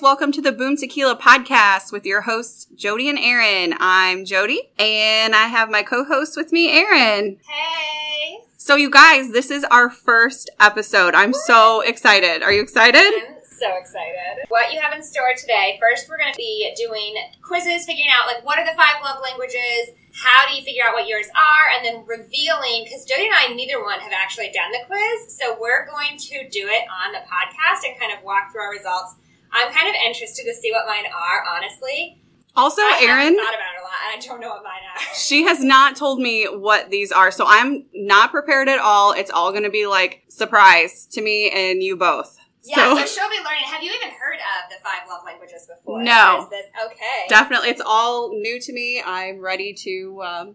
welcome to the Boom Tequila podcast with your hosts, Jody and Aaron. I'm Jody, and I have my co host with me, Aaron. Hey! So, you guys, this is our first episode. I'm so excited. Are you excited? I'm so excited. What you have in store today, first we're going to be doing quizzes, figuring out like what are the five love languages, how do you figure out what yours are, and then revealing, because Jody and I, neither one have actually done the quiz, so we're going to do it on the podcast and kind of walk through our results. I'm kind of interested to see what mine are, honestly. Also, I haven't Aaron, thought about it a lot, and I don't know what mine are. she has not told me what these are, so I'm not prepared at all. It's all going to be like surprise to me and you both. Yeah, So- so, she'll be learning. Have you even heard of the five love languages before? No. Is this- okay. Definitely, it's all new to me. I'm ready to um,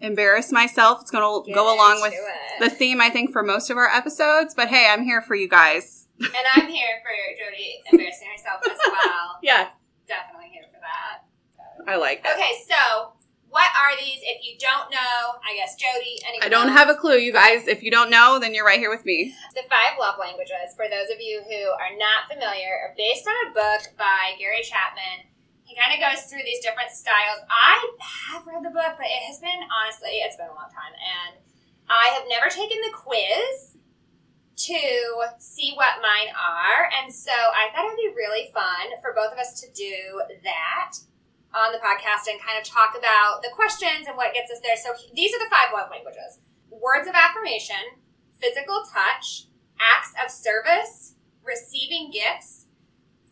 embarrass myself. It's going to Get go along into with it. the theme, I think, for most of our episodes. But hey, I'm here for you guys. And I'm here for Jody embarrassing herself as well. Yeah, Definitely here for that. I like that. Okay, so what are these? If you don't know, I guess Jody. Anyone I don't have a clue, you guys. If you don't know, then you're right here with me. the five love languages. For those of you who are not familiar, are based on a book by Gary Chapman. He kind of goes through these different styles. I have read the book, but it has been honestly, it's been a long time, and I have never taken the quiz. to see what mine are. And so I thought it would be really fun for both of us to do that on the podcast and kind of talk about the questions and what gets us there. So he- these are the five love languages words of affirmation, physical touch, acts of service, receiving gifts,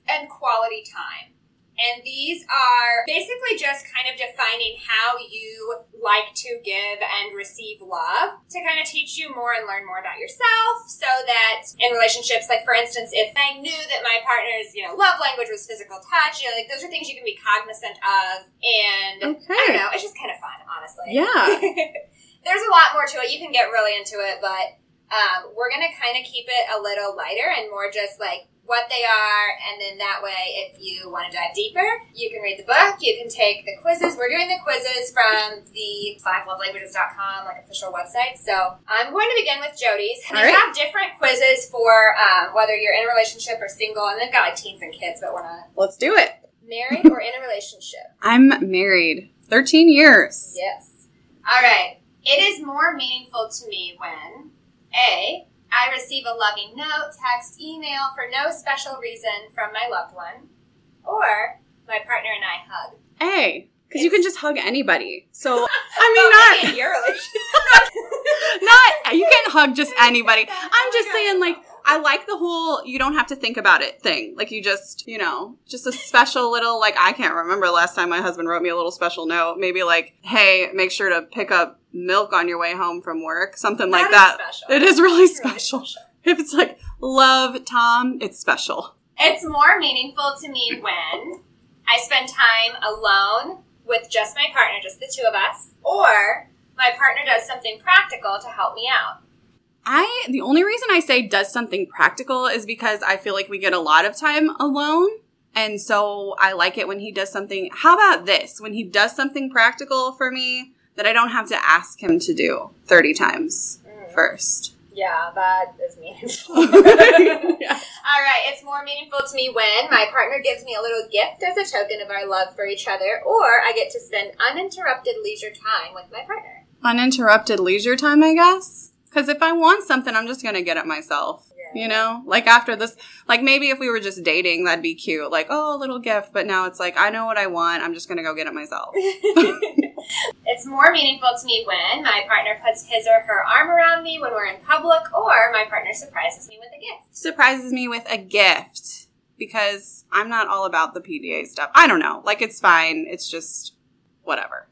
and quality time. And these are basically just kind of defining how you like to give and receive love to kind of teach you more and learn more about yourself so that in relationships, like for instance, if I knew that my partner's, you know, love language was physical touch, you know, like those are things you can be cognizant of and I don't Okay. know. It's just kind of fun, honestly. Yeah. There's a lot more to it. You can get really into it, but um, we're going to kind of keep it a little lighter and more just like what they are. And then that way, if you want to dive deeper, you can read the book, you can take the quizzes. We're doing the quizzes from the fivelovelanguages.com, like official website. So I'm going to begin with Jody's. And All they right. have different quizzes for um, whether you're in a relationship or single. And they've got like teens and kids, but we're not Let's do it. married or in a relationship. I'm married 13 years. Yes. All right. It is more meaningful to me when A. I receive a loving note, text, email for no special reason from my loved one, or my partner and I hug. Hey, because you can just hug anybody. So, Well, I mean, maybe not. in your relationship. not you can't hug just anybody. Oh my I'm just God. saying like I like the whole you don't have to think about it thing. Like you just, you know, just a special little like I can't remember last time my husband wrote me a little special note, maybe like, "Hey, make sure to pick up milk on your way home from work." Something like That that. is special. It is really It's really special. If it's like, "Love, Tom," it's special. It's more meaningful to me when I spend time alone with just my partner, just the two of us, or my partner does something practical to help me out. I the only reason I say does something practical is because I feel like we get a lot of time alone. And so I like it when he does something. How about this? When he does something practical for me that I don't have to ask him to do 30 times first. Yeah, that is meaningful. Yeah. All right, it's more meaningful to me when my partner gives me a little gift as a token of our love for each other, or I get to spend uninterrupted leisure time with my partner. Uninterrupted leisure time, I guess. Because if I want something, I'm just going to get it myself. Yeah. You know, like after this, like maybe if we were just dating, that'd be cute. Like, oh, a little gift. But now it's like, I know what I want. I'm just going to go get it myself. It's more meaningful to me when my partner puts his or her arm around me when we're in public, or my partner surprises me with a gift. surprises me with a gift because I'm not all about the PDA stuff. I don't know. Like it's fine. It's just whatever.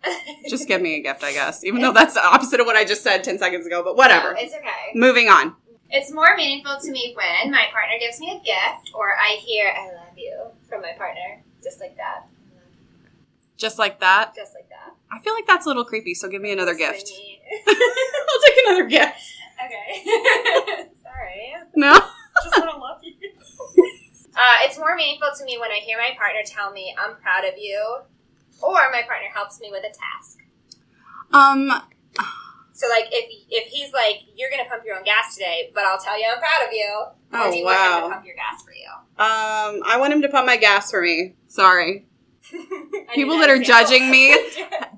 just give me a gift, I guess. Even though that's the opposite of what I just said 10 seconds ago, but whatever. No, it's okay. Moving on. It's more meaningful to me when my partner gives me a gift, or I hear "I love you" from my partner, just like that, Just like that. just like that. I feel like that's a little creepy, so give me another gift. Swingy. I'll take another gift. Okay. Sorry. No? Just want to love you. Uh, it's more meaningful to me when I hear my partner tell me I'm proud of you, or my partner helps me with a task. Um So like if if he's like you're gonna pump your own gas today, but I'll tell you I'm proud of you. Or Oh, do you want him wow. to pump your gas for you? Um, I want him to pump my gas for me. Sorry. I People need that are example. judging me.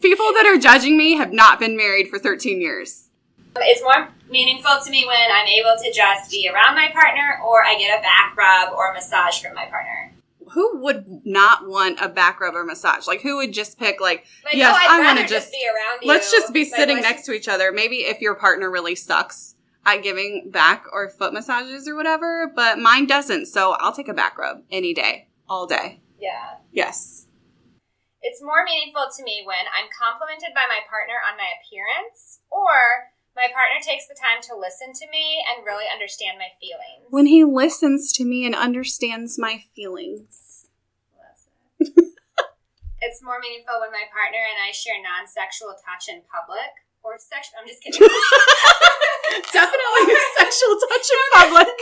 People that are judging me have not been married for 13 years. it's more meaningful to me when I'm able to just be around my partner, or I get a back rub or massage from my partner. Who would not want a back rub or massage? Like, who would just pick, like, Like, Yes, oh, I'd I wanna rather just- be around you. let's just be Like, sitting let's next to each other. Maybe if your partner really sucks at giving back or foot massages or whatever, but mine doesn't. So I'll take a back rub any day, all day. just- Yeah. Yes. It's more meaningful to me when I'm complimented by my partner on my appearance, or my partner takes the time to listen to me and really understand my feelings. When he listens to me and understands my feelings. it's more meaningful when my partner and I share non-sexual touch in public or sexual. I'm just kidding. That's Definitely sexual touch in public.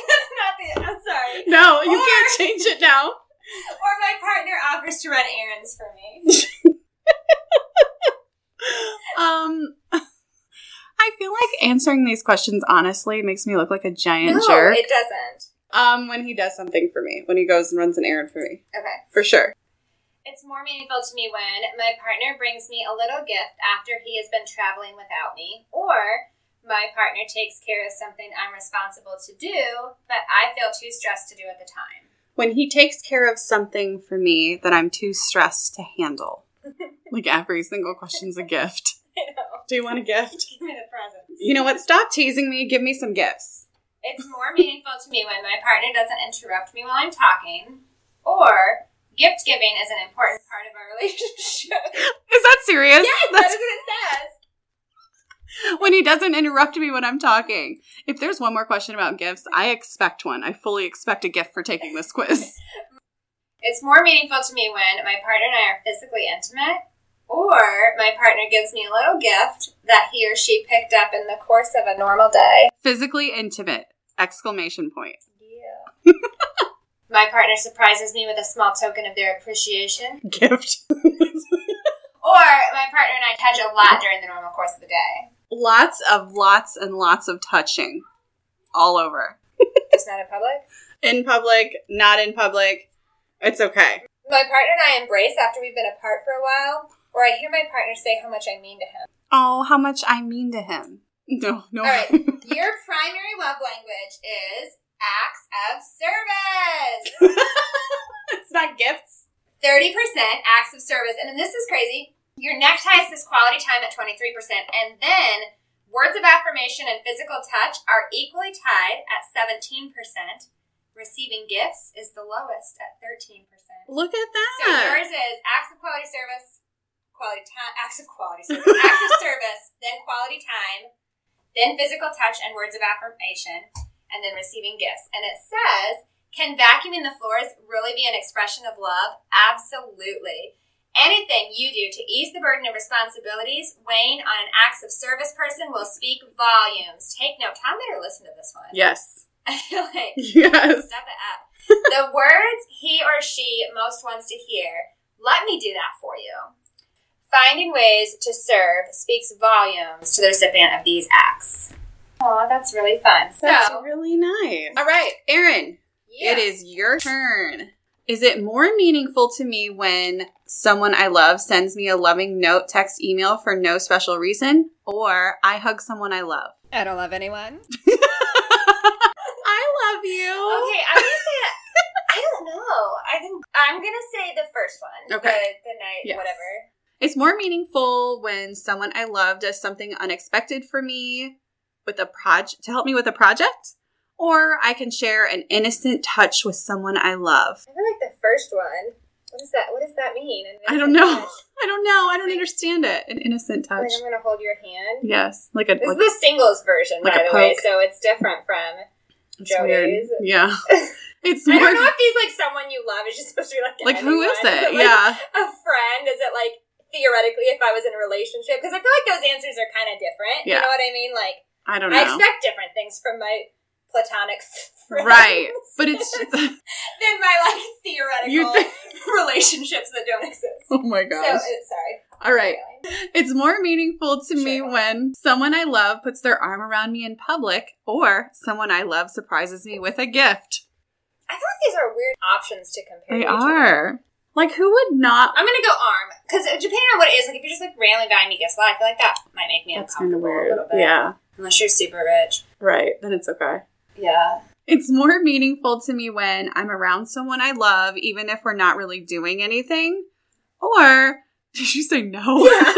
not the. I'm sorry. No, you can't change it now. Or my partner offers to run errands for me. Um, I feel like answering these questions honestly makes me look like a giant no, jerk. it doesn't. um, when he does something for me, when he goes and runs an errand for me, Okay. for sure. It's more meaningful to me when my partner brings me a little gift after he has been traveling without me, or my partner takes care of something I'm responsible to do, but I feel too stressed to do at the time. When he takes care of something for me that I'm too stressed to handle. like every single question's a gift. You know, Do you want a gift? give me the presents. You know what? Stop teasing me. Give me some gifts. It's more meaningful to me when my partner doesn't interrupt me while I'm talking, or gift giving is an important part of our relationship. Is that serious? yes, that That's is what it says. when he doesn't interrupt me when I'm talking. If there's one more question about gifts, I expect one. I fully expect a gift for taking this quiz. It's more meaningful to me when my partner and I are physically intimate, or my partner gives me a little gift that he or she picked up in the course of a normal day. Physically intimate! Exclamation point. Yeah. my partner surprises me with a small token of their appreciation, Gift. or my partner and I touch a lot during the normal course of the day. Lots of lots and lots of touching all over. Just not in public. In public, not in public. It's okay. My partner and I embrace after we've been apart for a while, or I hear my partner say how much I mean to him. Oh, how much I mean to him. No, no. All right, your primary love language is acts of service. it's not gifts. 30% acts of service. And then this is crazy. Your next highest is quality time at 23%. And then words of affirmation and physical touch are equally tied at 17%. Receiving gifts is the lowest at 13%. Look at So that. yours is acts of quality service, quality time, acts of quality service, acts of service, then quality time, then physical touch and words of affirmation, and then receiving gifts. And it says, can vacuuming the floors really be an expression of love? Absolutely. Anything you do to ease the burden of responsibilities weighing on an acts of service person will speak volumes. Take note. Tom better listen to this one. yes. I feel like Yes. Step it up. the words he or she most wants to hear. Let me do that for you. Finding ways to serve speaks volumes to the recipient of these acts. Aw, that's really fun. So, That's really nice. All right, Erin, yeah. It is your turn. Is it more meaningful to me when someone I love sends me a loving note, text, email for no special reason, or I hug someone I love? I don't love anyone. I love you. Okay, I'm gonna say that. I don't know. I think I'm gonna say the first one. Okay. The, the night, Yes. whatever. It's more meaningful when someone I love does something unexpected for me with a project to help me with a project, or I can share an innocent touch with someone I love. I feel like the first one. What is that? What does that mean? And I don't know. I don't know. I don't understand it. An innocent Like touch. I'm gonna hold your hand. Yes, like a This like, is the singles version, like by a the way, poke. so it's different from. it's weird. Jody's. Yeah, it's I more don't know if he's like someone you love. It's just supposed to be like like who is anyone. it? like, Yeah, a friend. Is it like theoretically if I was in a relationship? Because I feel like those answers are kind of different. Yeah. You know what I mean? Like I don't know. I, expect different things from my platonic f- friends right, but it's just than my like theoretical You think- relationships that don't exist. oh my So gosh. uh, sorry. All right. Really. It's more meaningful to me Sure. when someone I love puts their arm around me in public or someone I love surprises me with a gift. I feel like these are weird options to compare. They to each other. are. Like, who would not? I'm gonna go arm because depending on what it is, like if you're just like randomly buying me gifts, well, I feel like that might make me That's kind of uncomfortable a weird. little bit. Yeah. unless you're super rich. Right. Then it's okay. Yeah, It's more meaningful to me when I'm around someone I love, even if we're not really doing anything. Or, did she say no? sorry.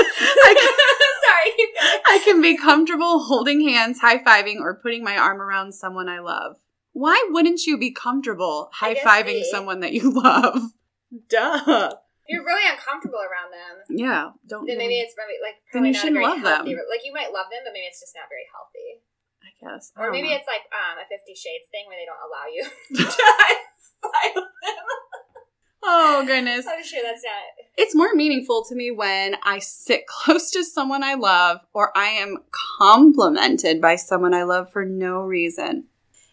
keep going. I can be comfortable holding hands, high fiving, or putting my arm around someone I love. Why wouldn't you be comfortable I high guess fiving me. someone that you love? Duh. If you're really uncomfortable around them. Yeah. Don't. Then maybe it's maybe like Then probably you not a shouldn't very love them. healthy- Like you might love them, but maybe it's just not very healthy. I guess. I Or don't maybe know. it's like um, a Fifty Shades thing where they don't allow you. to Oh goodness. I'm sure that's not. It's more meaningful to me when I sit close to someone I love, or I am complimented by someone I love for no reason.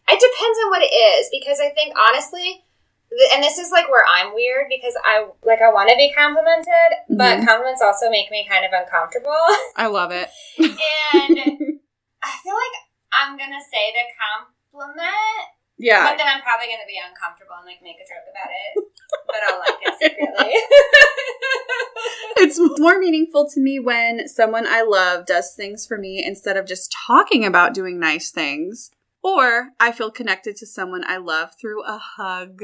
It depends on what it is because I think honestly, th- and this is like where I'm weird because I like I want to be complimented, Mm-hmm. but compliments also make me kind of uncomfortable. I love it. and I feel like I'm gonna say the compliment, Yeah. but then I'm probably gonna be uncomfortable and like make a joke about it, but I'll like it secretly. It's more meaningful to me when someone I love does things for me instead of just talking about doing nice things. Or I feel connected to someone I love through a hug.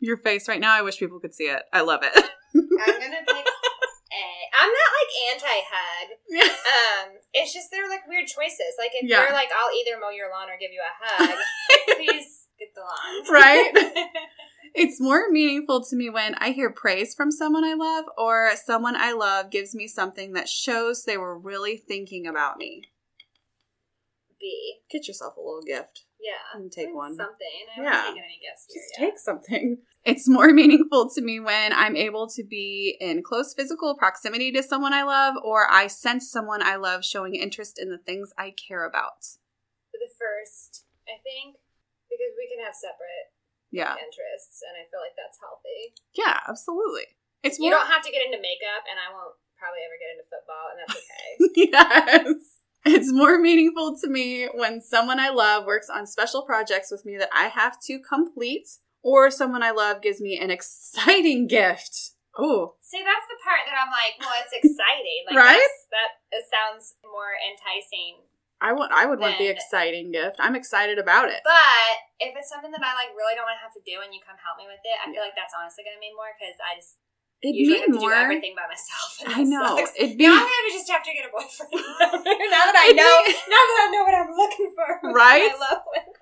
Your face right now, I wish people could see it. I love it. I'm gonna pick A. I'm not like anti-hug. Yeah. Um, it's just they're like weird choices. Like if Yeah. you're like, I'll either mow your lawn or give you a hug. please get the lawn. Right? It's more meaningful to me when I hear praise from someone I love or someone I love gives me something that shows they were really thinking about me. B. Get yourself a little gift Yeah. and take one. Something. I Yeah. haven't taken any gifts here just yet. take something. It's more meaningful to me when I'm able to be in close physical proximity to someone I love or I sense someone I love showing interest in the things I care about. For the first, I think, because we can have separate Yeah. interests, and I feel like that's healthy. Yeah, absolutely. It's You more don't have to get into makeup, and I won't probably ever get into football, and that's okay. Yes. It's more meaningful to me when someone I love works on special projects with me that I have to complete or someone I love gives me an exciting gift. Oh, See, that's the part that I'm like, well, it's exciting, like, Right? that's- That it sounds more enticing. I want I would want the Then- exciting gift. I'm excited about it. But if it's something that I like really don't want to have to do, and you come help me with it, I feel like that's honestly going to mean more because I just It'd usually mean have to do more. everything by myself. And I that know. sucks. It'd Now be I'm gonna just have to get a boyfriend. now that I It'd know, be- now that I know what I'm looking for, Right? I love when-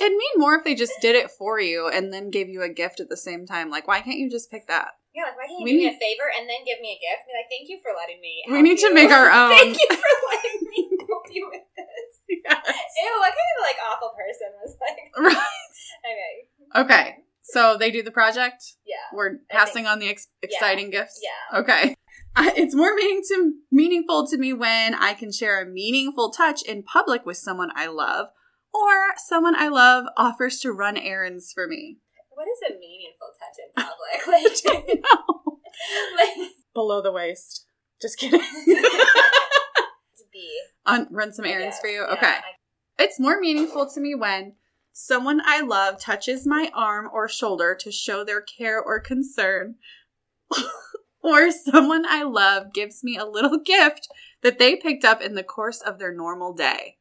it'd mean more if they just did it for you and then gave you a gift at the same time. Like, why can't you just pick that? Yeah, like why can't you We do me a favor and then give me a gift? Be like, thank you for letting me. We help need to you. make our own. thank you for letting me help you with this. Ew, what kind of like awful person was like? Right. Okay, Okay. So they do the project. yeah, We're I think passing on the ex- exciting gifts. yeah. Okay. I, it's more meaning to, meaningful to me when I can share a meaningful touch in public with someone I love, or someone I love offers to run errands for me. What is a meaningful touch in public? Like, like Below the waist. Just kidding. to be Un- run some I errands guess. for you. Yeah, Okay. I- It's more meaningful to me when someone I love touches my arm or shoulder to show their care or concern, or someone I love gives me a little gift that they picked up in the course of their normal day.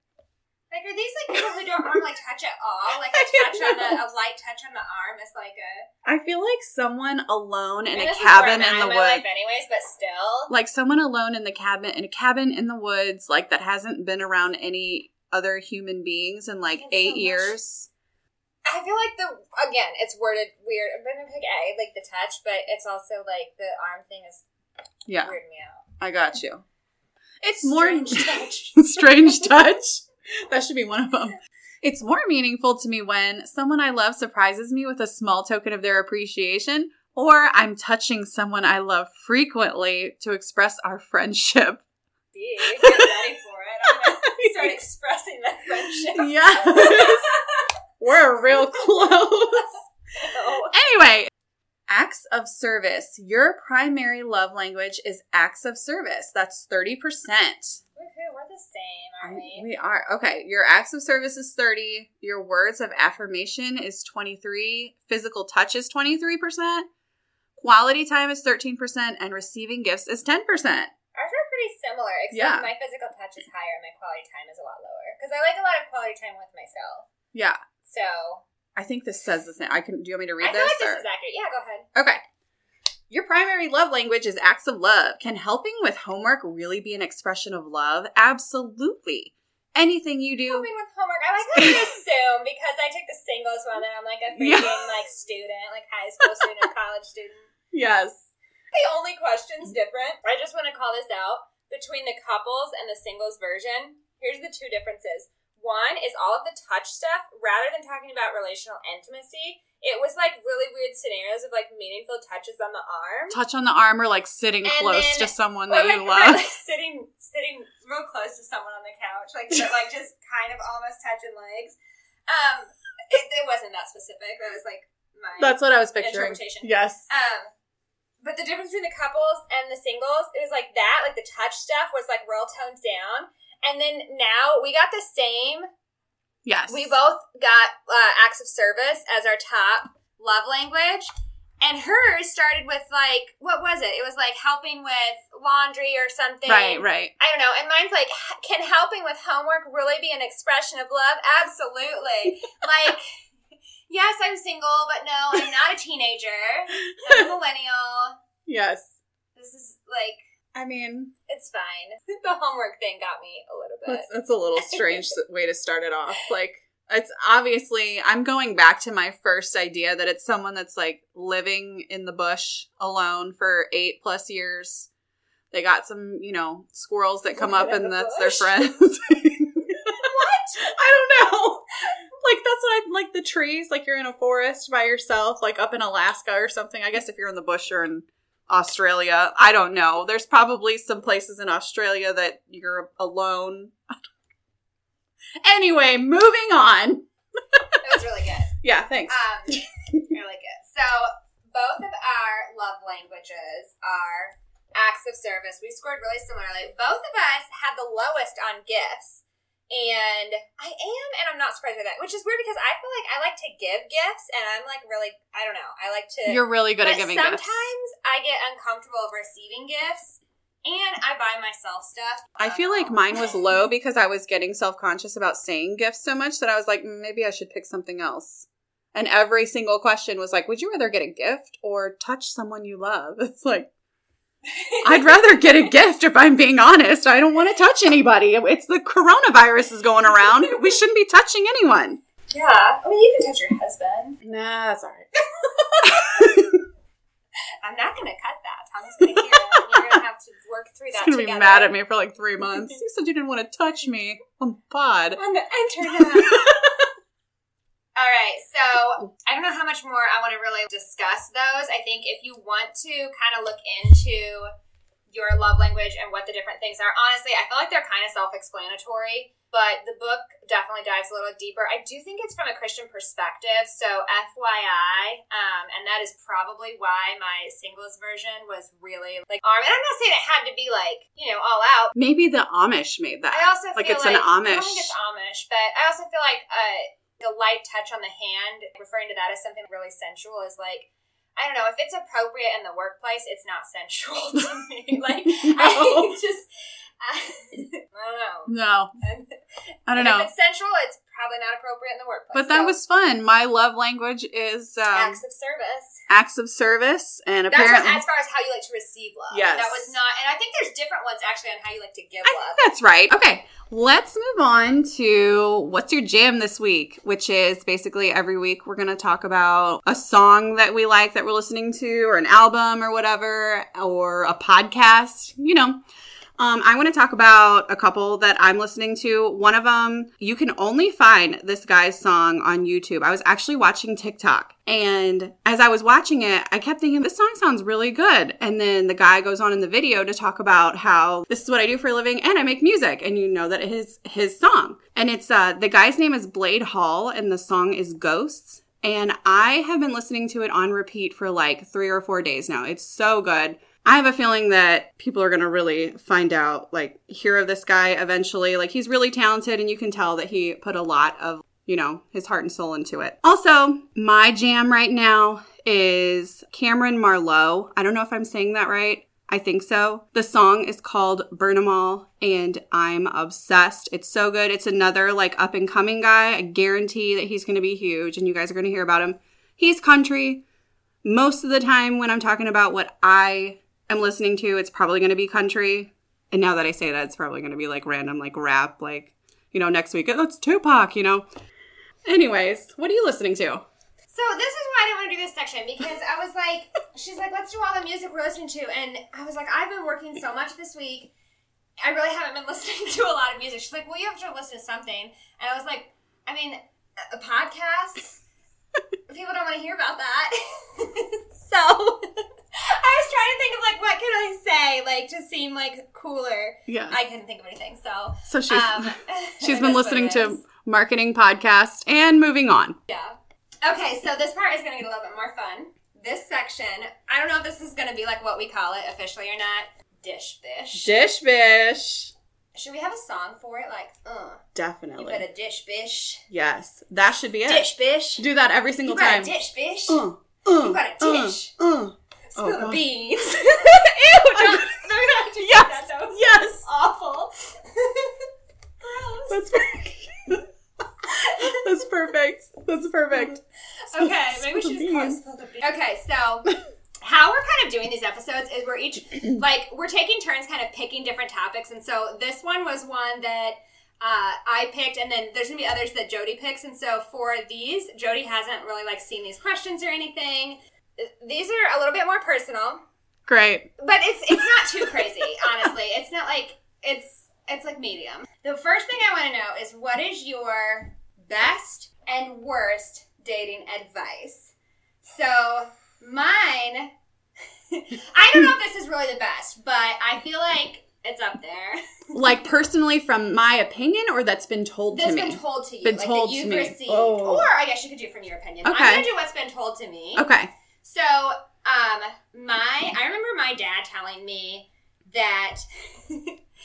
Like, are these like people who don't normally touch at all? Like a touch on the, a light touch on the arm is like a I feel like someone alone in I mean, a this is where cabin I'm at in the my woods. life anyways, but still. Like someone alone in the cabin in a cabin in the woods, like that hasn't been around any other human beings in like That's so eight much. years. I feel like the again, it's worded weird. I'm gonna pick A, like the touch, but it's also like the arm thing is Yeah, weirding me out. I got you. It's Strange more touch. strange touch. That should be one of them. It's more meaningful to me when someone I love surprises me with a small token of their appreciation, or I'm touching someone I love frequently to express our friendship. B, get ready for it. I'm gonna start expressing that friendship. Yes. We're real close. So, Anyway, Acts of service. Your primary love language is acts of service. That's 30%. Woohoo, we're the same, aren't we? We are. Okay. Your acts of service is 30. Your words of affirmation is 23. Physical touch is 23%. Quality time is 13%. And receiving gifts is 10%. Ours are pretty similar, except Yeah. my physical touch is higher and my quality time is a lot lower. Because I like a lot of quality time with myself. Yeah. So I think this says the same. I can. Do you want me to read I feel this? like or- this is accurate. Yeah, go ahead. Okay. Your primary love language is acts of love. Can helping with homework really be an expression of love? Absolutely. Anything you do. Helping with homework. I like how you assume because I took the singles one and I'm like a Yeah. freaking like student, like high school student, college student. Yes. The only question's different. I just want to call this out between the couples and the singles version. Here's the two differences. One is all of the touch stuff. Rather than talking about relational intimacy, it was like really weird scenarios of like meaningful touches on the arm. Touch on the arm or like sitting And close then- to someone Or, that like, you right, love. like, sitting sitting real close to someone on the couch, like they're, like just kind of almost touching legs. Um, it, it wasn't that specific. That was like my That's what I was picturing. interpretation. Yes. Um, but the difference between the couples and the singles, it was like that. Like the touch stuff was like real toned down, and then now we got the same. Yes. We both got uh, acts of service as our top love language. And hers started with like what was it? It was like helping with laundry or something. Right, right. I don't know. And mine's like, h- can helping with homework really be an expression of love? Absolutely. like, yes, I'm single, but no, I'm not a teenager. I'm a millennial. Yes. This is like, I mean, it's fine. The homework thing got me a little bit. that's, that's a little strange s- way to start it off. Like, it's obviously, I'm going back to my first idea that it's someone that's like living in the bush alone for eight plus years. They got some, you know, squirrels that come up Living in and the that's bush? their friends. what? I don't know. Like, that's what I like the trees, like you're in a forest by yourself, like up in Alaska or something. I guess if you're in the bush or in Australia. I don't know. There's probably some places in Australia that you're alone. anyway, moving on. It was really good. Yeah, thanks. Um, I like it. So both of our love languages are acts of service. We scored really similarly. Both of us had the lowest on gifts. And I am, and I'm not surprised by that, which is weird because I feel like I like to give gifts, and I'm like really, I don't know, I like to. you're really good at but giving sometimes gifts. I get uncomfortable of receiving gifts, and I buy myself stuff. I Um, feel like mine was low because I was getting self conscious about saying gifts so much that I was like, "Mm, maybe I should pick something else. And every single question was like, would you rather get a gift or touch someone you love? It's like, I'd rather get a gift if I'm being honest. I don't want to touch anybody. It's the coronavirus is going around. We shouldn't be touching anyone. yeah. I mean, you can touch your husband. Nah, that's all right. I'm not gonna cut that. Tom's gonna hear it. And you're gonna have to work through He's that. gonna be together. mad at me for like three months. You said you didn't want to touch me Oh, on the pod. on the internet. All right, so I don't know how much more I want to really discuss those. I think if you want to kind of look into your love language and what the different things are, honestly, I feel like they're kind of self explanatory, but the book definitely dives a little deeper. I do think it's from a Christian perspective, so FYI, um, and that is probably why my singles version was really like arm. And I'm not saying it had to be like, you know, all out, Maybe the Amish made that. I also Like, feel it's like an I don't Amish. think it's Amish, but I also feel like uh, the light touch on the hand, referring to that as something really sensual, is like I don't know if it's appropriate in the workplace. It's not sensual to me. like I No. just I, I don't know. No, And- I don't and know. If it's sensual, it's probably not appropriate in the workplace. But that So, was fun. My love language is um, acts acts. of service. of service, and That's apparently, what, as far as how you like to receive love. Yes. That was not, and I think there's different ones actually on how you like to give I love. think Oh, that's right. Okay, let's move on to what's your jam this week, which is basically every week we're going to talk about a song that we like that we're listening to, or an album, or whatever, or a podcast. You know. Um, I want to talk about a couple that I'm listening to. One of them, you can only find this guy's song on YouTube. I was actually watching TikTok, and as I was watching it, I kept thinking, this song sounds really good. And then the guy goes on in the video to talk about how this is what I do for a living and I make music, and you know that it is his song. And it's uh, the guy's name is Blade Hall, and the song is Ghosts. And I have been listening to it on repeat for like three or four days now. It's so good. I have a feeling that people are going to really find out, like, hear of this guy eventually. Like, he's really talented, and you can tell that he put a lot of, you know, his heart and soul into it. Also, my jam right now is Cameron Marlowe. I don't know if I'm saying that right. I think so. The song is called Burn 'em All, and I'm obsessed. It's so good. It's another like up and coming guy. I guarantee that he's going to be huge, and you guys are going to hear about him. He's country. Most of the time, when I'm talking about what I am listening to, it's probably going to be country. And now that I say that, it's probably going to be like random, like rap, like, you know, next week, oh, it's Tupac, you know? Anyways, what are you listening to? So this is why I didn't want to do this section because I was like, she's like, let's do all the music we're listening to, and I was like, I've been working so much this week, I really haven't been listening to a lot of music. She's like, well, you have to listen to something, and I was like, I mean, a- a podcast. People don't want to hear about that. so I was trying to think of like, what could I say, like, to seem like cooler. Yeah. I couldn't think of anything. So So she's um, she's that's been what listening it is. to marketing podcasts and moving on. Yeah. Okay, so this part is going to get a little bit more fun. This section, I don't know if this is going to be like what we call it officially or not. Dish bish. Dish bish. Should we have a song for it? Like, uh, you Definitely. got a dish bish. Yes. That should be it. Dish bish. Do that every single You got time. a dish bish. Uh, uh, You got a uh, dish. uh. Spill the God. beans. Ew, don't, no, we don't have to do that. Yes. That was Yes. awful. Gross. That's perfect. That's perfect. That's perfect. Okay, maybe we should just call it Beans. Spill the Beans. Okay, so how we're kind of doing these episodes is we're each like we're taking turns kind of picking different topics, and so this one was one that uh, I picked, and then there's gonna be others that Jody picks, and so for these, Jody hasn't really like seen these questions or anything. These are a little bit more personal, Great. but it's it's not too crazy, honestly. It's not like it's it's like medium. The first thing I want to know is what is your best and worst dating advice? So mine, I don't know if this is really the best, but I feel like it's up there. Like personally from my opinion or that's been told That's to me. been told to you, Been like told that to you've me. received, Oh. or I guess you could do from your opinion. Okay. I'm gonna do what's been told to me. okay. So, um, my I remember my dad telling me that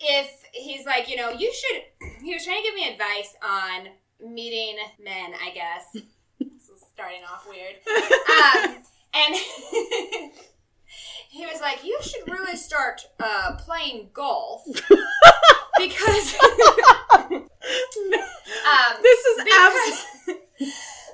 if he's like, you know, you should. He was trying to give me advice on meeting men. I guess this is starting off weird. Um, and he was like, you should really start uh, playing golf because. um, This is absolutely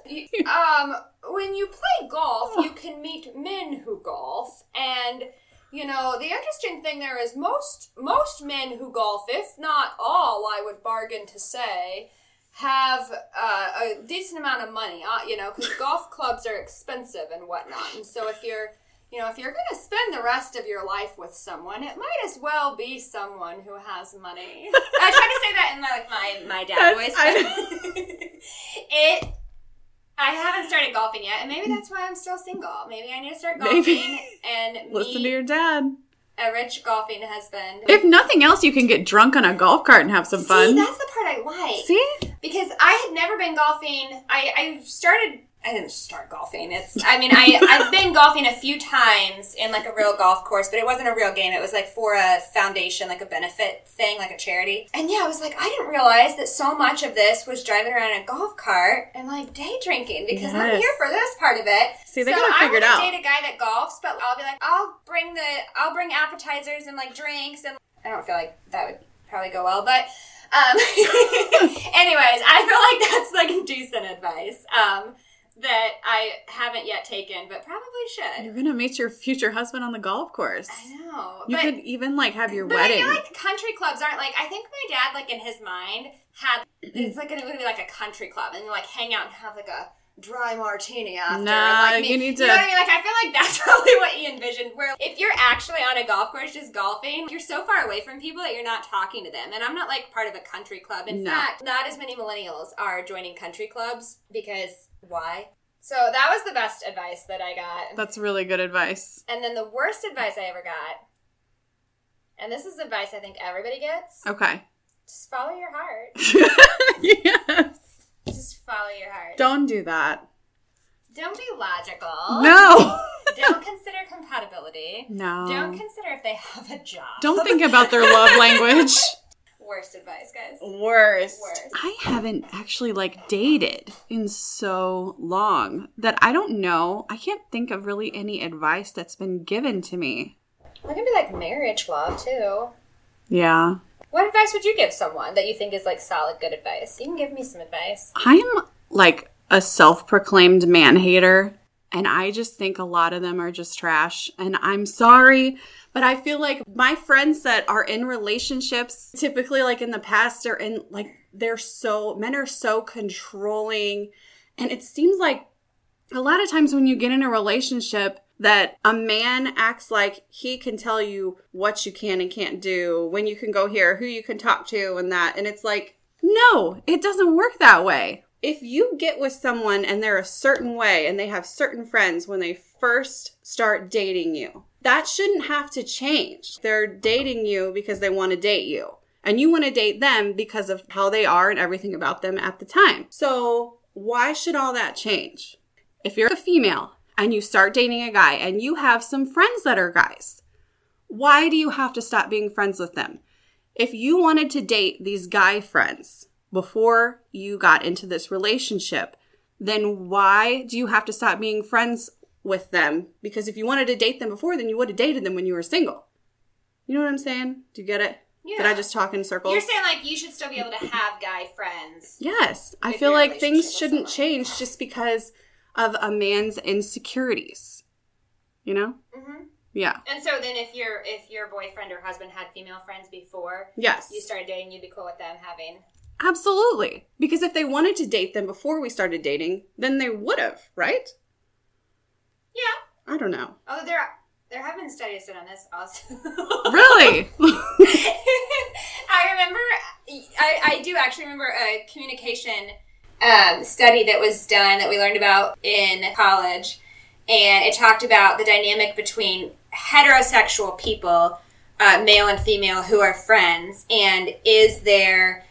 because um, when you play golf, you can meet men who golf, and you know the interesting thing there is most most men who golf, if not all, I would bargain to say, have uh, a decent amount of money. Uh, you know, because golf clubs are expensive and whatnot, and so if you're you know, if you're going to spend the rest of your life with someone, it might as well be someone who has money. I try to say that in my, like my my dad That's- voice. I- it. I haven't started golfing yet, and maybe that's why I'm still single. Maybe I need to start golfing Maybe. and listen meet to your dad. a rich golfing husband. If nothing else, you can get drunk on a golf cart and have some See, fun. that's the part I like. See? because I had never been golfing. I, I started. I didn't start golfing. It's. I mean, I I've been golfing a few times in like a real golf course, but it wasn't a real game. It was like for a foundation, like a benefit thing, like a charity. And yeah, I was like, I didn't realize that so much of this was driving around in a golf cart and like day drinking because I'm Yes. here for this part of it. See, they so gotta I figure it wanna out. date a guy that golfs, but I'll be like, I'll bring the, I'll bring appetizers and like drinks, and I don't feel like that would probably go well, but. Um, anyways, I feel like that's like decent advice um, that I haven't yet taken, but probably should. You're gonna meet your future husband on the golf course. I know, You but could even like have your but I wedding. feel like country clubs aren't like. I think my dad, like in his mind, had it's like it would be like a country club, and you like hang out and have like a dry martini after. Nah, and, like, you need You to- know what I mean? Like I feel like that's probably what he envisioned. Where if you're actually on a golf course just golfing, you're so far away from people that you're not talking to them. And I'm not like part of a country club. In No. fact, not as many millennials are joining country clubs because why? So that was the best advice that I got. That's really good advice. And then the worst advice I ever got, and this is advice I think everybody gets Okay. just follow your heart. yes. Just follow your heart. Don't do that. Don't be logical. No. Don't consider compatibility. No. Don't consider if they have a job. Don't think about their love language. Worst advice, guys. Worst. Worst. I haven't actually like dated in so long that I don't know. I can't think of really any advice that's been given to me. It can be like marriage law too. Yeah. What advice would you give someone that you think is like solid good advice? You can give me some advice. I'm like a self proclaimed man hater, and I just think a lot of them are just trash. And I'm sorry, but I feel like my friends that are in relationships, typically like in the past, are in like they're so, men are so controlling. And it seems like a lot of times when you get in a relationship, that a man acts like he can tell you what you can and can't do, when you can go here, who you can talk to, and that. And it's like, no, it doesn't work that way. If you get with someone and they're a certain way and they have certain friends when they first start dating you, that shouldn't have to change. They're dating you because they want to date you. And you want to date them because of how they are and everything about them at the time. So, why should all that change? If you're a female and you start dating a guy and you have some friends that are guys, why do you have to stop being friends with them? If you wanted to date these guy friends before you got into this relationship, then why do you have to stop being friends with them? Because if you wanted to date them before, then you would have dated them when you were single. You know what I'm saying? Do you get it? Did I just talk in circles? You're saying like you should still be able to have guy friends. Yes, I If feel your like things relationship with shouldn't someone. change just because of a man's insecurities. You know? hmm Yeah. And so then if your if your boyfriend or husband had female friends before Yes. you started dating, you'd be cool with them having. Absolutely. Because if they wanted to date them before we started dating, then they would have, right? Yeah. I don't know. Although there are, there have been studies done on this also. Really? I remember, I, I do actually remember a communication um, study that was done that we learned about in college, and it talked about the dynamic between heterosexual people, uh, male and female, who are friends, and is there,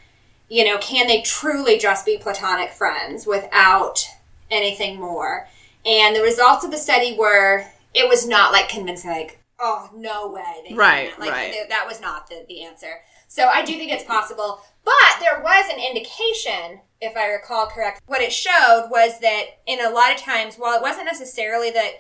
you know, can they truly just be platonic friends without anything more? And the results of the study were it was not like convincing, like, oh, no way. they Right, can't. like, right. th- that was not the, the answer. So I do think it's possible. But there was an indication, if I recall correct, what it showed was that in a lot of times, while it wasn't necessarily that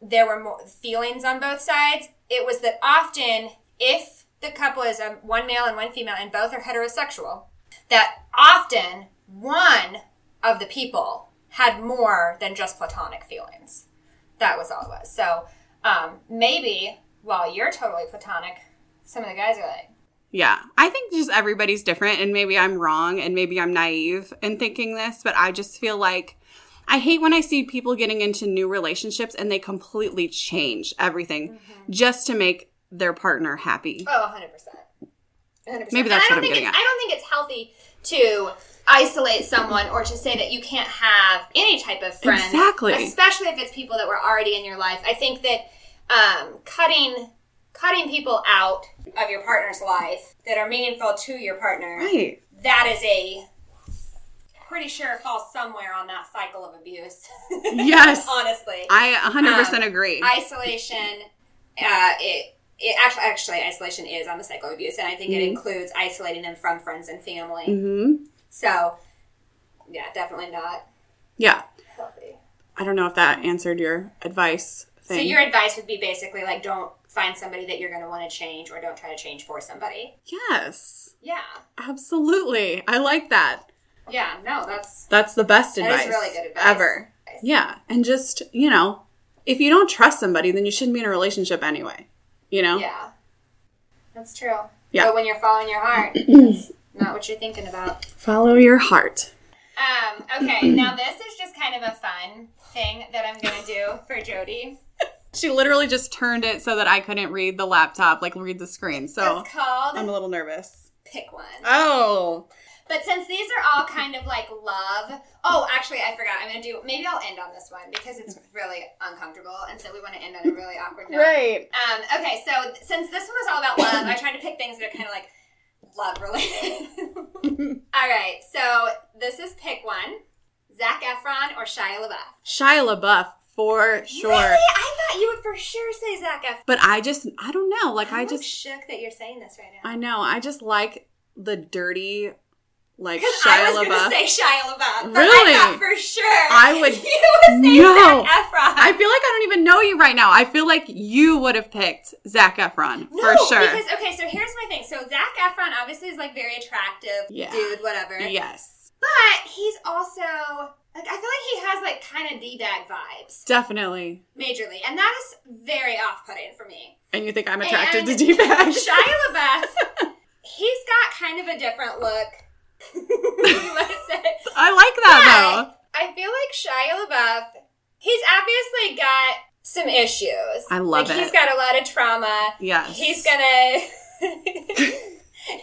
there were more feelings on both sides, it was that often if the couple is um one male and one female and both are heterosexual, that often one of the people had more than just platonic feelings. That was all it was. So um, maybe while you're totally platonic, some of the guys are like, yeah. I think just everybody's different, and maybe I'm wrong, and maybe I'm naive in thinking this, but I just feel like I hate when I see people getting into new relationships and they completely change everything just to make their partner happy. Oh, 100 percent. 100%. Maybe that's And I what I'm don't think getting it's- at. I don't think it's healthy to isolate someone or to say that you can't have any type of friends, Exactly. Especially if it's people that were already in your life. I think that um, cutting cutting people out of your partner's life that are meaningful to your partner Right. that is a pretty sure falls somewhere on that cycle of abuse. Yes. honestly, I 100% Um, agree. isolation uh, it, it actually, actually isolation is on the cycle of abuse and i think it Mm-hmm. includes isolating them from friends and family Mhm. so yeah definitely not yeah. healthy I don't know if that answered your advice thing. so your advice would be basically like don't find somebody that you're going to want to change or don't try to change for somebody yes. yeah Absolutely. I like that. yeah no that's That's the best That is advice. really good advice. Ever. Advice. Yeah. And just, you know, if you don't trust somebody, then you shouldn't be in a relationship anyway. You know? yeah that's true Yeah. but when you're following your heart that's not what you're thinking about Follow your heart. Um, okay, now this is just kind of a fun thing that I'm gonna do for Jody. She literally just turned it so that I couldn't read the laptop, like read the screen. So It's called Oh, I'm a little nervous. Pick One. Oh. But since these are all kind of like love, oh, actually, I forgot. I'm gonna do. Maybe I'll end on this one because it's really uncomfortable, and so we want to end on a really awkward note. Right. Um, okay, so since this one was all about love, I tried to pick things that are kind of like love related. All right, so this is pick one: Zach Efron or Shia LaBeouf. Shia LaBeouf for sure. Really, I thought you would for sure say Zach Efron. But I just I don't know. Like I'm I like, just shook that you're saying this right now. I know. I just like the dirty, like Because Shia I was LaBeouf. gonna say Shia LaBeouf. But Really? I thought for sure. I would- You would say No. Zac Efron. I feel like I don't even know you right now. I feel like you would have picked Zach Efron No, for sure. Because okay, so here's my thing. So Zach Efron obviously is like very attractive Yeah. dude, whatever. yes, But he's also like I feel like he has like kind of d bag vibes, definitely. majorly, and that is very off putting for me. And you think I'm attracted to And d bags? Shia LaBeouf, he's got kind of a different look. you might say. I like that But I feel like Shia LaBeouf, he's obviously got some issues. I love like, it. He's got a lot of trauma. Yes. He's gonna.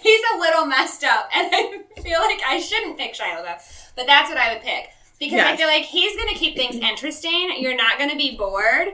he's a little messed up, and I feel like I shouldn't pick Shia LaBeouf, but that's what I would pick because I Yes. feel like he's gonna keep things interesting. You're not gonna be bored,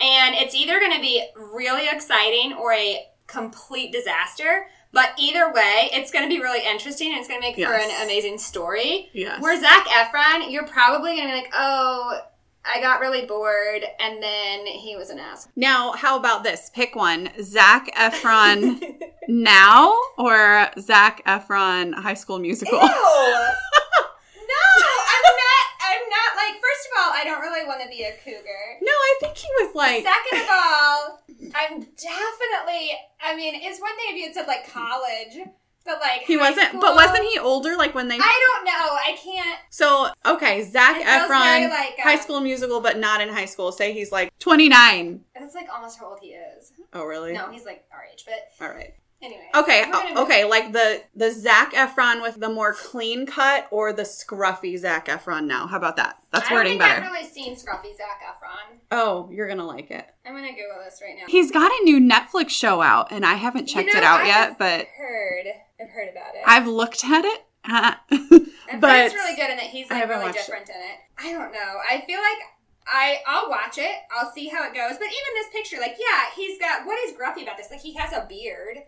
and it's either gonna be really exciting or a complete disaster. But either way, it's going to be really interesting. and It's going to make for Yes. an amazing story. Yes. Where Zach Efron, you're probably gonna be like, oh, I got really bored, and then he was an asshole. though. Now, how about this? Pick one: Zach Efron now or Zach Efron High School Musical. no, I'm not. I'm not like. First of all, I don't really want to be a cougar. No, I think he was like Second of all, I'm definitely. I mean, it's one thing if you had said like college, but like he high wasn't, school- but wasn't he older? Like when they I don't know. I can't. So okay, Zach It feels very Efron, like, uh, High School Musical, but not in high school. Say he's like 29. That's like almost how old he is. Oh really? No, he's like our age. But All right. anyway. Okay. oh, we're gonna move Okay. Like the the Zach Efron with the more clean cut, or the scruffy Zach Efron now. How about that? That's I don't wording think better. I've really seen Scruffy Zac Efron. oh, you're gonna like it. I'm gonna Google this right now. He's got a new Netflix show out, and I haven't You checked know, it out I've yet, but heard I've heard about it. I've looked at it. I've heard but it's really good and that he's I like haven't really watched it. different in it. I don't know. I feel like I I'll watch it. I'll see how it goes. But even this picture, like yeah, he's got what is gruffy about this? Like he has a beard,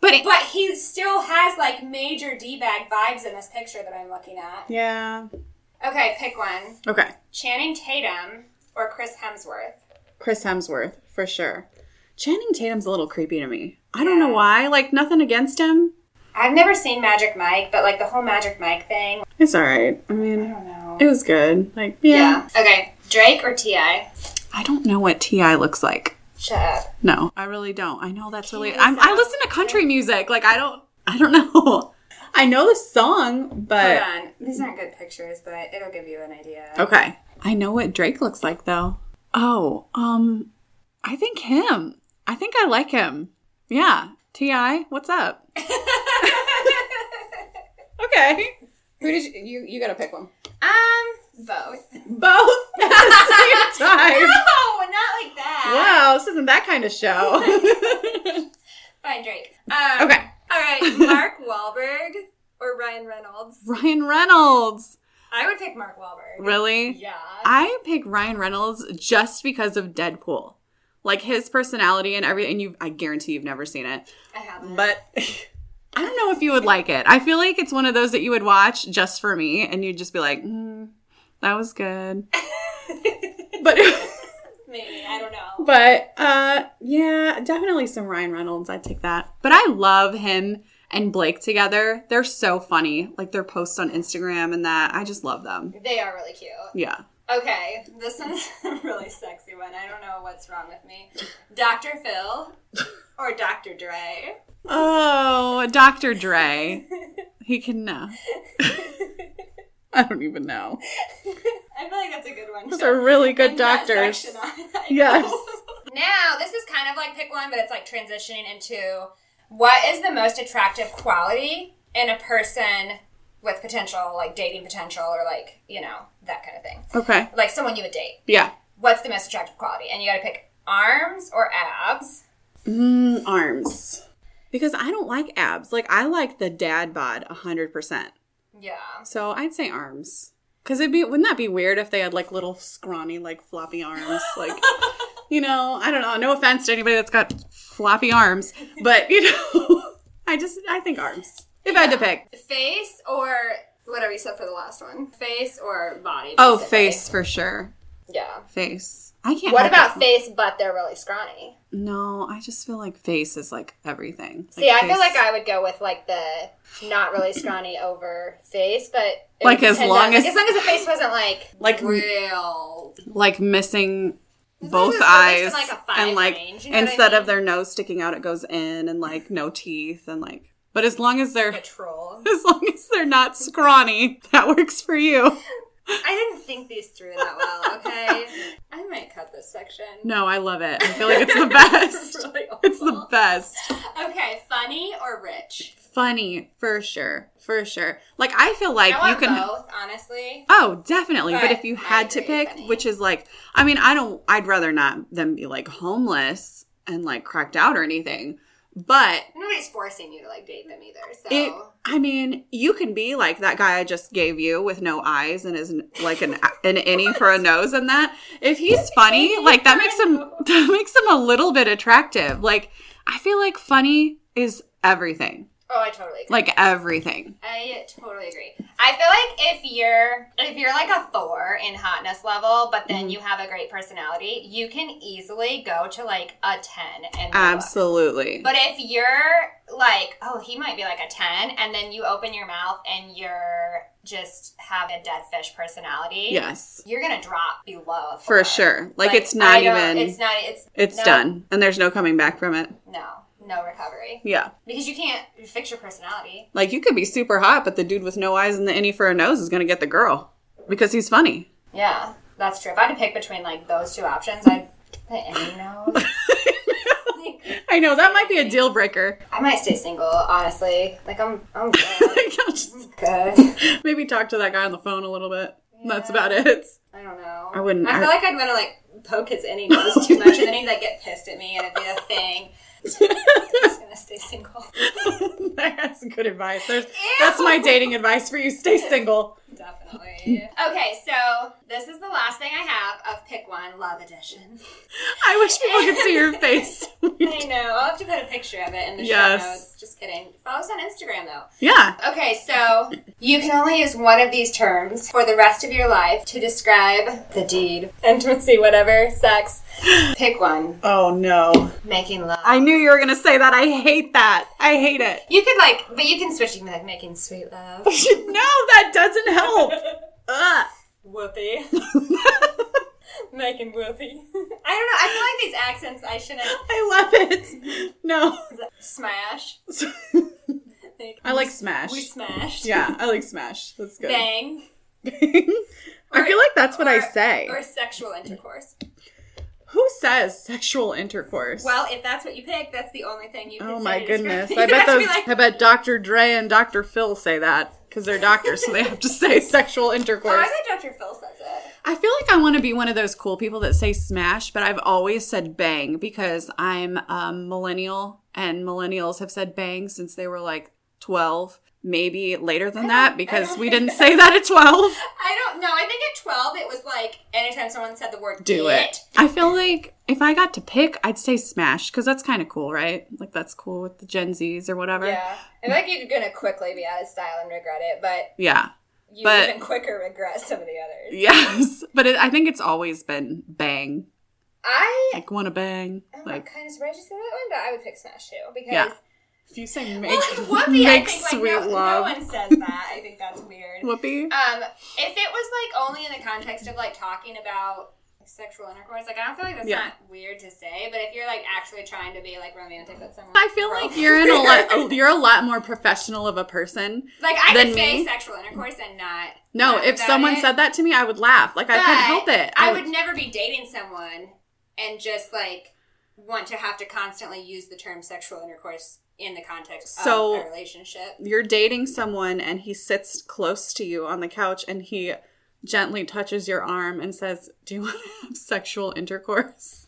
but it, but he still has like major d bag vibes in this picture that I'm looking at. yeah. Okay, pick one: Okay. Channing Tatum or Chris Hemsworth. Chris Hemsworth for sure. Channing Tatum's a little creepy to me. I don't know Yeah. why. Like nothing against him. I've never seen Magic Mike, but like the whole Magic Mike thing, It's all right. I I mean, don't know. it was good. Like, yeah. Yeah. Okay. Drake or Ti? I don't know what Ti looks like. Shut up. No, I really don't. I know that's really. He I'm, I sounds- listen to country music. Like, I don't. I don't know. I know the song, Hold but on. These aren't good pictures, but it'll give you an idea. okay. I know what Drake looks like though. Oh, um, I think him. I think I like him. Yeah. Ti, what's up? Okay. Who did you, you? You gotta pick one. um, both. Both at the same No, time. not like that. Wow, this isn't that kind of show. Fine, Drake. Um, okay. All right. Mark Wahlberg or Ryan Reynolds? Ryan Reynolds. I would pick Mark Wahlberg. Really? Yeah. I pick Ryan Reynolds just because of Deadpool. Like his personality and everything, and you I guarantee you've never seen it. I haven't. But I don't know if you would like it. I feel like it's one of those that you would watch just for me and you'd just be like, mm, that was good. but Maybe. I don't know. But uh yeah, definitely some Ryan Reynolds. I'd take that. But I love him and Blake together. They're so funny. Like their posts on Instagram and that. I just love them. They are really cute. Yeah. Okay, this one's a really sexy one. I don't know what's wrong with me. Dr. Phil or Dr. Dre? Oh, Dr. Dre. He can uh, I don't even know. I feel like that's a good one. Those too. are really good And that doctors. section on- I Yes. know. Now, this is kind of like pick one, but it's like transitioning into what is the most attractive quality in a person with potential, like dating potential or like, you know, that kind of thing. Okay. Like someone you would date. Yeah. What's the most attractive quality? And you gotta pick arms or abs. Mm, arms. Because I don't like abs. Like I like the dad bod a hundred percent. Yeah. So I'd say arms. Cause it'd be wouldn't that be weird if they had like little scrawny, like floppy arms? Like you know, I don't know, no offense to anybody that's got floppy arms, but you know I just, I think arms. If I had to pick. Face or whatever you said for the last one. Face or body. Oh, basically. face for sure. Yeah. Face. I can't. What help about it. face, but they're really scrawny? No, I just feel like face is like everything. See, I feel face- like I would go with like the not really scrawny over face, but it would Like, as depend on- long like, as- as long as the face wasn't like Like- real. like missing As long both as it's at least eyes in, like, a five and like range, you know what I instead mean? of their nose sticking out, it goes in and like no teeth and like. But as long as they're a troll. as long as they're not scrawny, that works for you. I didn't think these through that well. Okay, I might cut this section. No, I love it. I feel like it's the best. Really It's the awful. best. Okay, funny or rich? Funny for sure, for sure. Like I feel like I you want can. both, honestly. Oh, definitely. But, But if you I had to agree with pick, Benny. which is like, I mean, I don't, I'd rather not them be like homeless and like cracked out or anything. But Nobody's forcing you to like date them either. So it, I mean, you can be like that guy I just gave you with no eyes and is like an an innie for a nose and that. If he's funny, innie like that for a makes him nose. that makes him a little bit attractive. Like I feel like funny is everything. oh, I totally agree. Like everything. I totally agree. I feel like if you're if you're like a four in hotness level, but Mm-hmm. then you have a great personality, you can easily go to like a ten and Absolutely. But if you're like, oh, he might be like a 10, and then you open your mouth and you're just have a dead fish personality. Yes. You're going to drop below a For four. sure. Like, it's not I don't- even It's not, it's, It's no- done and there's no coming back from it. No, no recovery. Yeah. Because you can't fix your personality. Like you could be super hot, but the dude with no eyes and the innie for a nose is gonna get the girl because he's funny. Yeah, that's true. If I had to pick between like those two options, I'd put any nose. Like, I know that might be a deal breaker. I might stay single, honestly. Like, I'm, I'm good. Like, I'll just good. maybe talk to that guy on the phone a little bit. That's about it. I don't know. I wouldn't- I feel I- like I'd want to like poke his innie nose too much, and then he'd like get pissed at me, and it'd be a thing. I'm just gonna stay single. that's good advice. There's, that's my dating advice for you. Stay single. Definitely. Okay, so this is the last thing I have of pick one love edition. I wish people could see your face. I know. I'll have to put a picture of it in the Yes. show notes. Just kidding. Follow us on Instagram though. yeah. Okay, so you can only use one of these terms for the rest of your life to describe the deed, intimacy, whatever, sex. Pick one. Oh no. Making love. I knew you were gonna say that. I hate that. I hate it. You could like, but you can switch. You can be like making sweet love. no, that doesn't help. Ugh. Whoopee. making whoopee. I don't know. I feel like these accents. I shouldn't I love it. No. smash. I like smash. We smashed. Yeah, I like smash. That's good. Bang. I feel like that's what I Or- say. Or sexual intercourse. Who says sexual intercourse? Well, if that's what you pick, that's the only thing you. Can Oh say my to describe- goodness! You'd I bet have to those. be like, I bet Dr. Dre and Dr. Phil say that because they're doctors, so they have to say sexual Oh, intercourse. I bet Dr. Phil says it. I feel like I want to be one of those cool people that say smash, but I've always said bang because I'm a millennial, and millennials have said bang since they were like twelve, maybe later than that because we didn't say that at twelve. I don't know. I think at twelve it was like anytime someone said the word Do "get," it. I feel like if I got to pick, I'd say smash because that's kind of cool, right? Like that's cool with the Gen Zs or whatever. Yeah, I feel like you're gonna quickly be out of style and regret it, but Yeah. you But- even quicker regret some of the others. Yes, but it, I think it's always been bang. I Like want to bang. Oh my Like kind of surprised you said that one, but I would pick Smash too because Yeah. if you say make, well, like, whoopee, make I think like, sweet no, love, no one says that. I think that's weird. whoopee. Um, if it was like only in the context of like talking about sexual intercourse, like I don't feel like that's Yeah. not weird to say. But if you're like actually trying to be like romantic with someone, I feel like you're in a lot. You're a lot more professional of a person. like I than could say me. sexual intercourse and not. No, laugh if about someone it, said that to me, I would laugh. Like I couldn't help but it. Oh, I would never be dating someone and just like want to have to constantly use the term sexual intercourse in the context So- of a relationship. You're dating someone and he sits close to you on the couch and he gently touches your arm and says, "Do you want to have sexual intercourse?"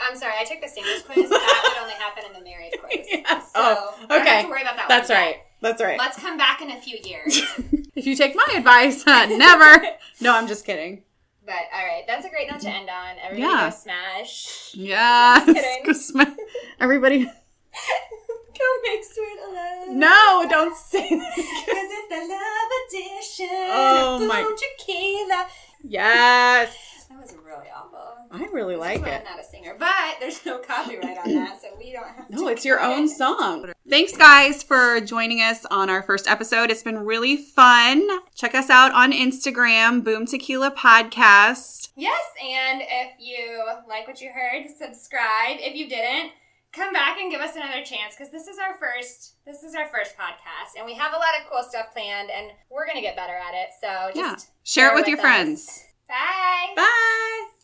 I'm sorry, I took the singles quiz. That would only happen in the married quiz. So Oh, I don't okay. have to worry about that That's one. right. That's right. Let's come back in a few years. If you take my advice, uh, never. No, I'm just kidding. but all right, that's a great note to end on. Everybody Yeah. go smash. Yes. Just kidding. Go sma- Everybody. Kill mixed with love. No, don't say that. Because it's the love edition. Oh, Boom, my- Tequila. Yes. That was really awful. I really like Well, it. I'm not a singer, but there's no copyright on that, so we don't have to. No, it's your own song. Thanks, guys, for joining us on our first episode. It's been really fun. Check us out on Instagram, Boom Tequila Podcast. Yes, and if you like what you heard, subscribe. If you didn't, come back and give us another chance because this is our first. This is our first podcast, and we have a lot of cool stuff planned, and we're gonna get better at it. So Yeah. just Share it bear with your us. friends. Bye. Bye.